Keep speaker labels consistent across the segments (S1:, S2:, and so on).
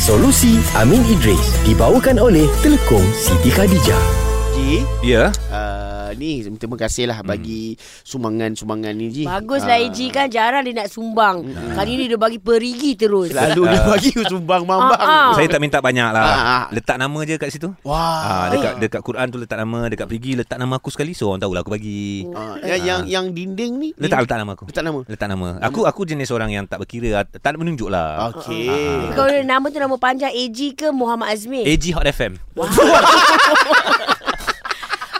S1: Solusi Amin Idris dibawakan oleh Telekom Siti Khadijah.
S2: Ji
S3: Ya.
S2: uh, Ni terima kasih
S3: Hmm.
S2: lah Bagi sumbangan-sumbangan ni Ji
S4: Baguslah
S2: Ah,
S4: AG kan jarang dia nak sumbang. Kali ni dia bagi perigi terus.
S2: Selalu
S3: Ah.
S2: dia bagi sumbang mambang
S4: Ah, ah.
S3: Saya tak minta banyak lah.
S2: Ah, ah.
S3: Letak nama je kat situ. Ah,
S2: Wah
S3: dekat dekat Quran tu letak nama, dekat perigi letak nama aku sekali so orang tahulah aku bagi.
S2: Ah, yang, yang yang dinding ni
S3: Letak
S2: dinding-
S3: Oh. letak nama aku.
S2: Letak nama
S3: Letak nama. Aku aku jenis orang yang tak berkira, ah, tak nak menunjuk lah.
S2: Okey
S4: Kau ada nama tu nama panjang AG ke Muhammad Azmi?
S3: AG ah. Hot FM.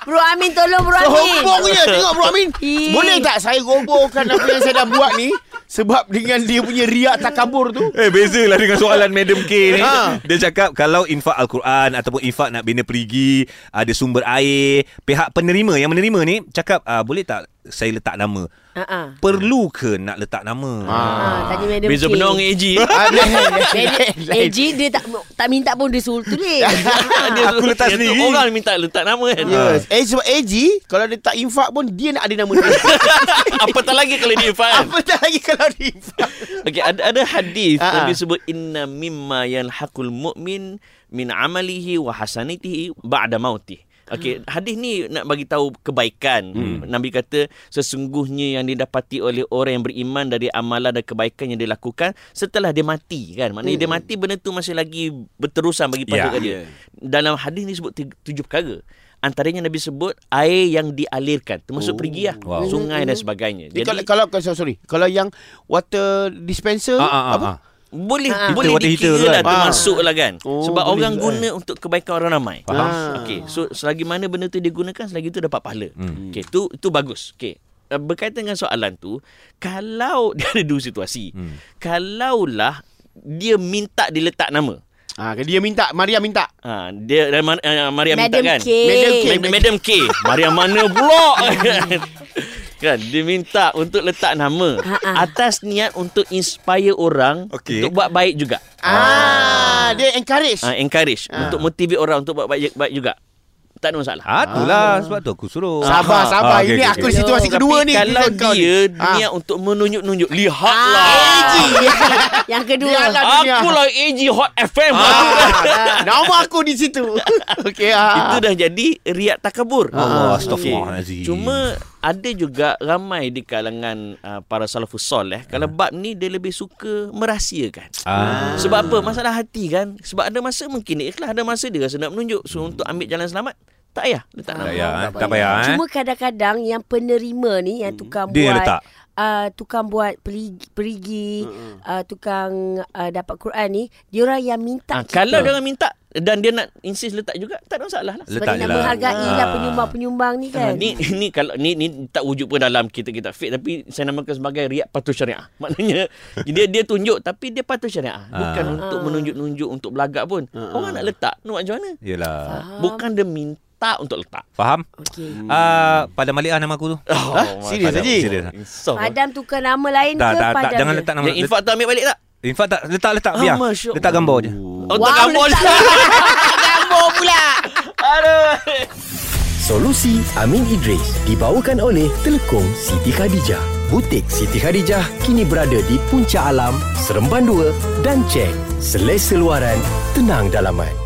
S4: Bro Amin tolong Bro Amin.
S2: Sombongnya Tengok Bro Amin
S4: Ih.
S2: Boleh tak saya robohkan Apa yang saya dah buat ni Sebab dengan dia punya riak takabur tu
S3: Eh bezalah dengan soalan Madam K ni.
S2: Ha.
S3: Dia cakap kalau infak al-Quran ataupun infak nak bina perigi, ada sumber air, pihak penerima yang menerima ni cakap ah, boleh tak saya letak nama?
S4: Ah, ah.
S3: Perlu ke nak letak nama?
S4: Ah, tanya Madam
S5: Beza
S4: K.
S5: benong AG
S3: Ah,
S2: Ah,
S4: AG dia tak tak minta pun dia Ah, suruh tulis.
S5: Dia kan?
S3: Aku letak
S5: dia tu
S3: sendiri.
S5: Orang minta letak nama kan
S2: Yes. Eh sebab AG Kalau dia tak infak pun Dia nak ada nama dia
S5: Apatah lagi kalau dia faham
S2: Apa tak lagi kalau dia infak
S5: Okey ada ada hadis
S2: Ah, ah.
S5: Nabi sebut inna mimma yalhaqul mu'min min amalihi wa hasanatihi ba'da mautih. Okey, hadis ni nak bagi tahu kebaikan.
S3: Hmm.
S5: Nabi kata sesungguhnya yang didapati oleh orang yang beriman dari amalan dan kebaikan yang dilakukan setelah dia mati kan. Maknanya
S2: Hmm.
S5: dia mati benda tu masih lagi berterusan bagi
S3: Ya.
S5: pada dia. Dalam hadis ni sebut tiga- tujuh perkara. Antaranya Nabi sebut air yang dialirkan termasuk perigi lah,
S3: Oh, Wow.
S5: sungai
S2: Hmm.
S5: dan sebagainya.
S2: Jadi, kalau, kalau sorry, sorry Kalau yang Water dispenser
S3: Ah, ah, ah,
S2: Apa
S3: ah.
S5: Boleh
S4: Ha.
S5: ha. boleh
S3: Water heater
S5: dikira
S3: tu kan?
S5: lah
S2: Ah.
S5: termasuk lah kan
S2: Oh,
S5: oh, Sebab
S2: boleh
S5: orang
S2: juga,
S5: guna untuk kebaikan orang ramai
S2: Faham.
S5: Ah. Okey, so selagi mana benda tu digunakan selagi tu dapat pahala hmm. Okey, tu, tu bagus Okey, eh, berkaitan dengan soalan tu Kalau, dia ada dua situasi hmm. Kalaulah dia minta diletak nama
S2: Ah, dia minta, Maria minta.
S5: Ha, dia dan Mar- uh, Maria
S4: Madam
S5: minta kan.
S4: K. Ah,
S2: Madam K.
S5: Ma- Madam K. Maria mana pula? kan dia minta untuk letak nama atas niat untuk inspire orang
S3: Okey.
S5: untuk buat baik juga.
S2: Ah, dia encourage.
S5: Ah, encourage untuk motivate orang untuk buat baik baik juga. Tak ada masalah.
S3: Ah, itulah sebab tu aku suruh.
S2: Sabar,
S3: Ah,
S2: sabar.
S3: okey,
S2: Ini
S3: okey,
S2: aku
S3: okey.
S2: di situasi
S5: Tapi
S2: kedua ni.
S5: Kalau
S2: Kau ni.
S5: dia
S2: Ah.
S5: niat untuk menunjuk-nunjuk, lihatlah.
S4: AG. Yang kedua.
S2: Dia akan- dunia.
S5: Akulah AG Hot FM.
S2: Ah, nama aku di situ. Okey,
S5: Itu
S2: ah.
S5: dah jadi riak takabur.
S3: Allah,
S5: Ah, Okey.
S3: astaghfirullahalazim.
S5: Cuma ada juga ramai di kalangan uh, para salafus soleh kalau bab ni dia lebih suka merahsiakan.
S3: Ah.
S5: Sebab apa? Masalah hati kan. Sebab ada masa mungkin dia ikhlas, ada masa dia rasa nak menunjuk. So untuk ambil jalan selamat, tak payah letak
S3: Tak
S5: nama.
S3: payah, eh. tak payah. eh.
S4: Ah. Cuma kadang-kadang yang penerima ni yang tukang
S3: Dia yang
S4: buat
S3: letak.
S4: Uh, tukang buat perigi, perigi uh, tukang uh, dapat Quran ni, dia orang yang minta
S5: Ha, kalau dia orang minta dan dia nak insist letak juga, tak ada masalah lah.
S4: sebab dia nak menghargai
S3: Ah.
S4: lah penyumbang-penyumbang ni
S5: Ha,
S4: kan.
S5: ni ni kalau ni ni tak wujud pun dalam kita kita fit tapi saya namakan sebagai riak patuh syariah. Maknanya dia dia tunjuk tapi dia patuh syariah. Bukan untuk menunjuk-nunjuk untuk belagak pun. Orang nak letak nak macam mana?
S4: Ah.
S3: Yelah.
S5: Bukan dia minta untuk letak.
S3: Faham?
S4: Okey.
S3: Ah, pada Malik ah nama aku tu.
S5: Oh,
S2: serius, Haji?
S3: Serius. ah.
S5: Insaf.
S4: Padam tukar nama lain
S3: Tak,
S4: ke
S3: tak, tak,
S4: padam
S3: jangan
S4: dia?
S3: letak nama.
S5: Yang infak tu ambil balik tak?
S3: Infak tak letak letak
S5: Ah,
S3: biar.
S5: Masya Allah.
S3: Letak gambar je.
S5: Untuk
S4: Wow,
S5: kamu. lah.
S4: Gambar pula.
S1: Solusi Amin Idris dibawakan oleh Telekom Siti Khadijah. Butik Siti Khadijah kini berada di Puncak Alam, Seremban 2 dan Cheng. Selesa luaran, tenang dalaman.